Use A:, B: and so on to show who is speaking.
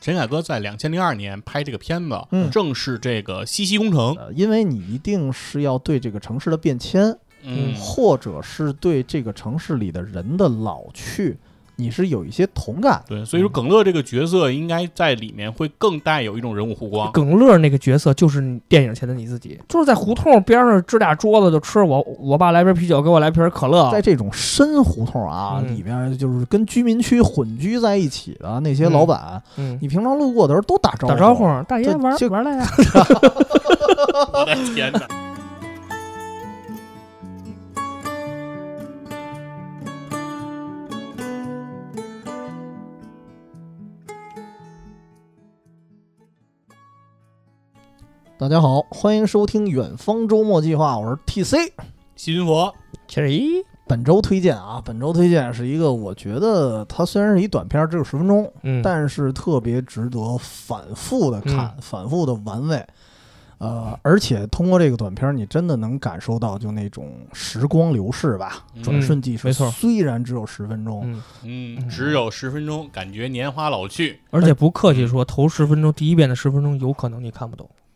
A: 陈凯歌在两千零二年拍这个片子，
B: 嗯
A: 正是这个西溪工程，
B: 呃因为你一定是要对这个城市的变迁，
A: 嗯
B: 或者是对这个城市里的人的老去，你是有一些同感。
A: 对，所以说耿乐这个角色应该在里面会更带有一种人物弧 光，
C: 耿乐那个角色就是你电影前的你自己，就是在胡同边上支俩桌子就吃我，我爸来瓶啤酒，给我来瓶可乐，
B: 在这种深胡同啊、
C: 啊嗯
B: 里面，就是跟居民区混居在一起的那些老板，
C: 嗯，
B: 你平常路过的时候都打招呼，
C: 打招呼，大爷
B: 这
C: 玩
B: 这
C: 玩来啊呀，
A: 我的天哪！
B: 大家好，欢迎收听《远方周末计划》，我是 TC。
A: 西云佛，
C: 这是一，
B: 本周推荐啊，本周推荐是一个，我觉得它虽然是一短片，只有十分钟，
C: 嗯，
B: 但是特别值得反复的看，反复的玩味。呃，而且通过这个短片，你真的能感受到就那种时光流逝吧，
A: 嗯
B: 转瞬即逝。
C: 没错
B: 虽然只有十分钟，
C: 嗯，
A: 嗯，只有十分钟，感觉年华老去，
C: 而且不客气说，头十分钟第一遍的十分钟有可能你看不懂，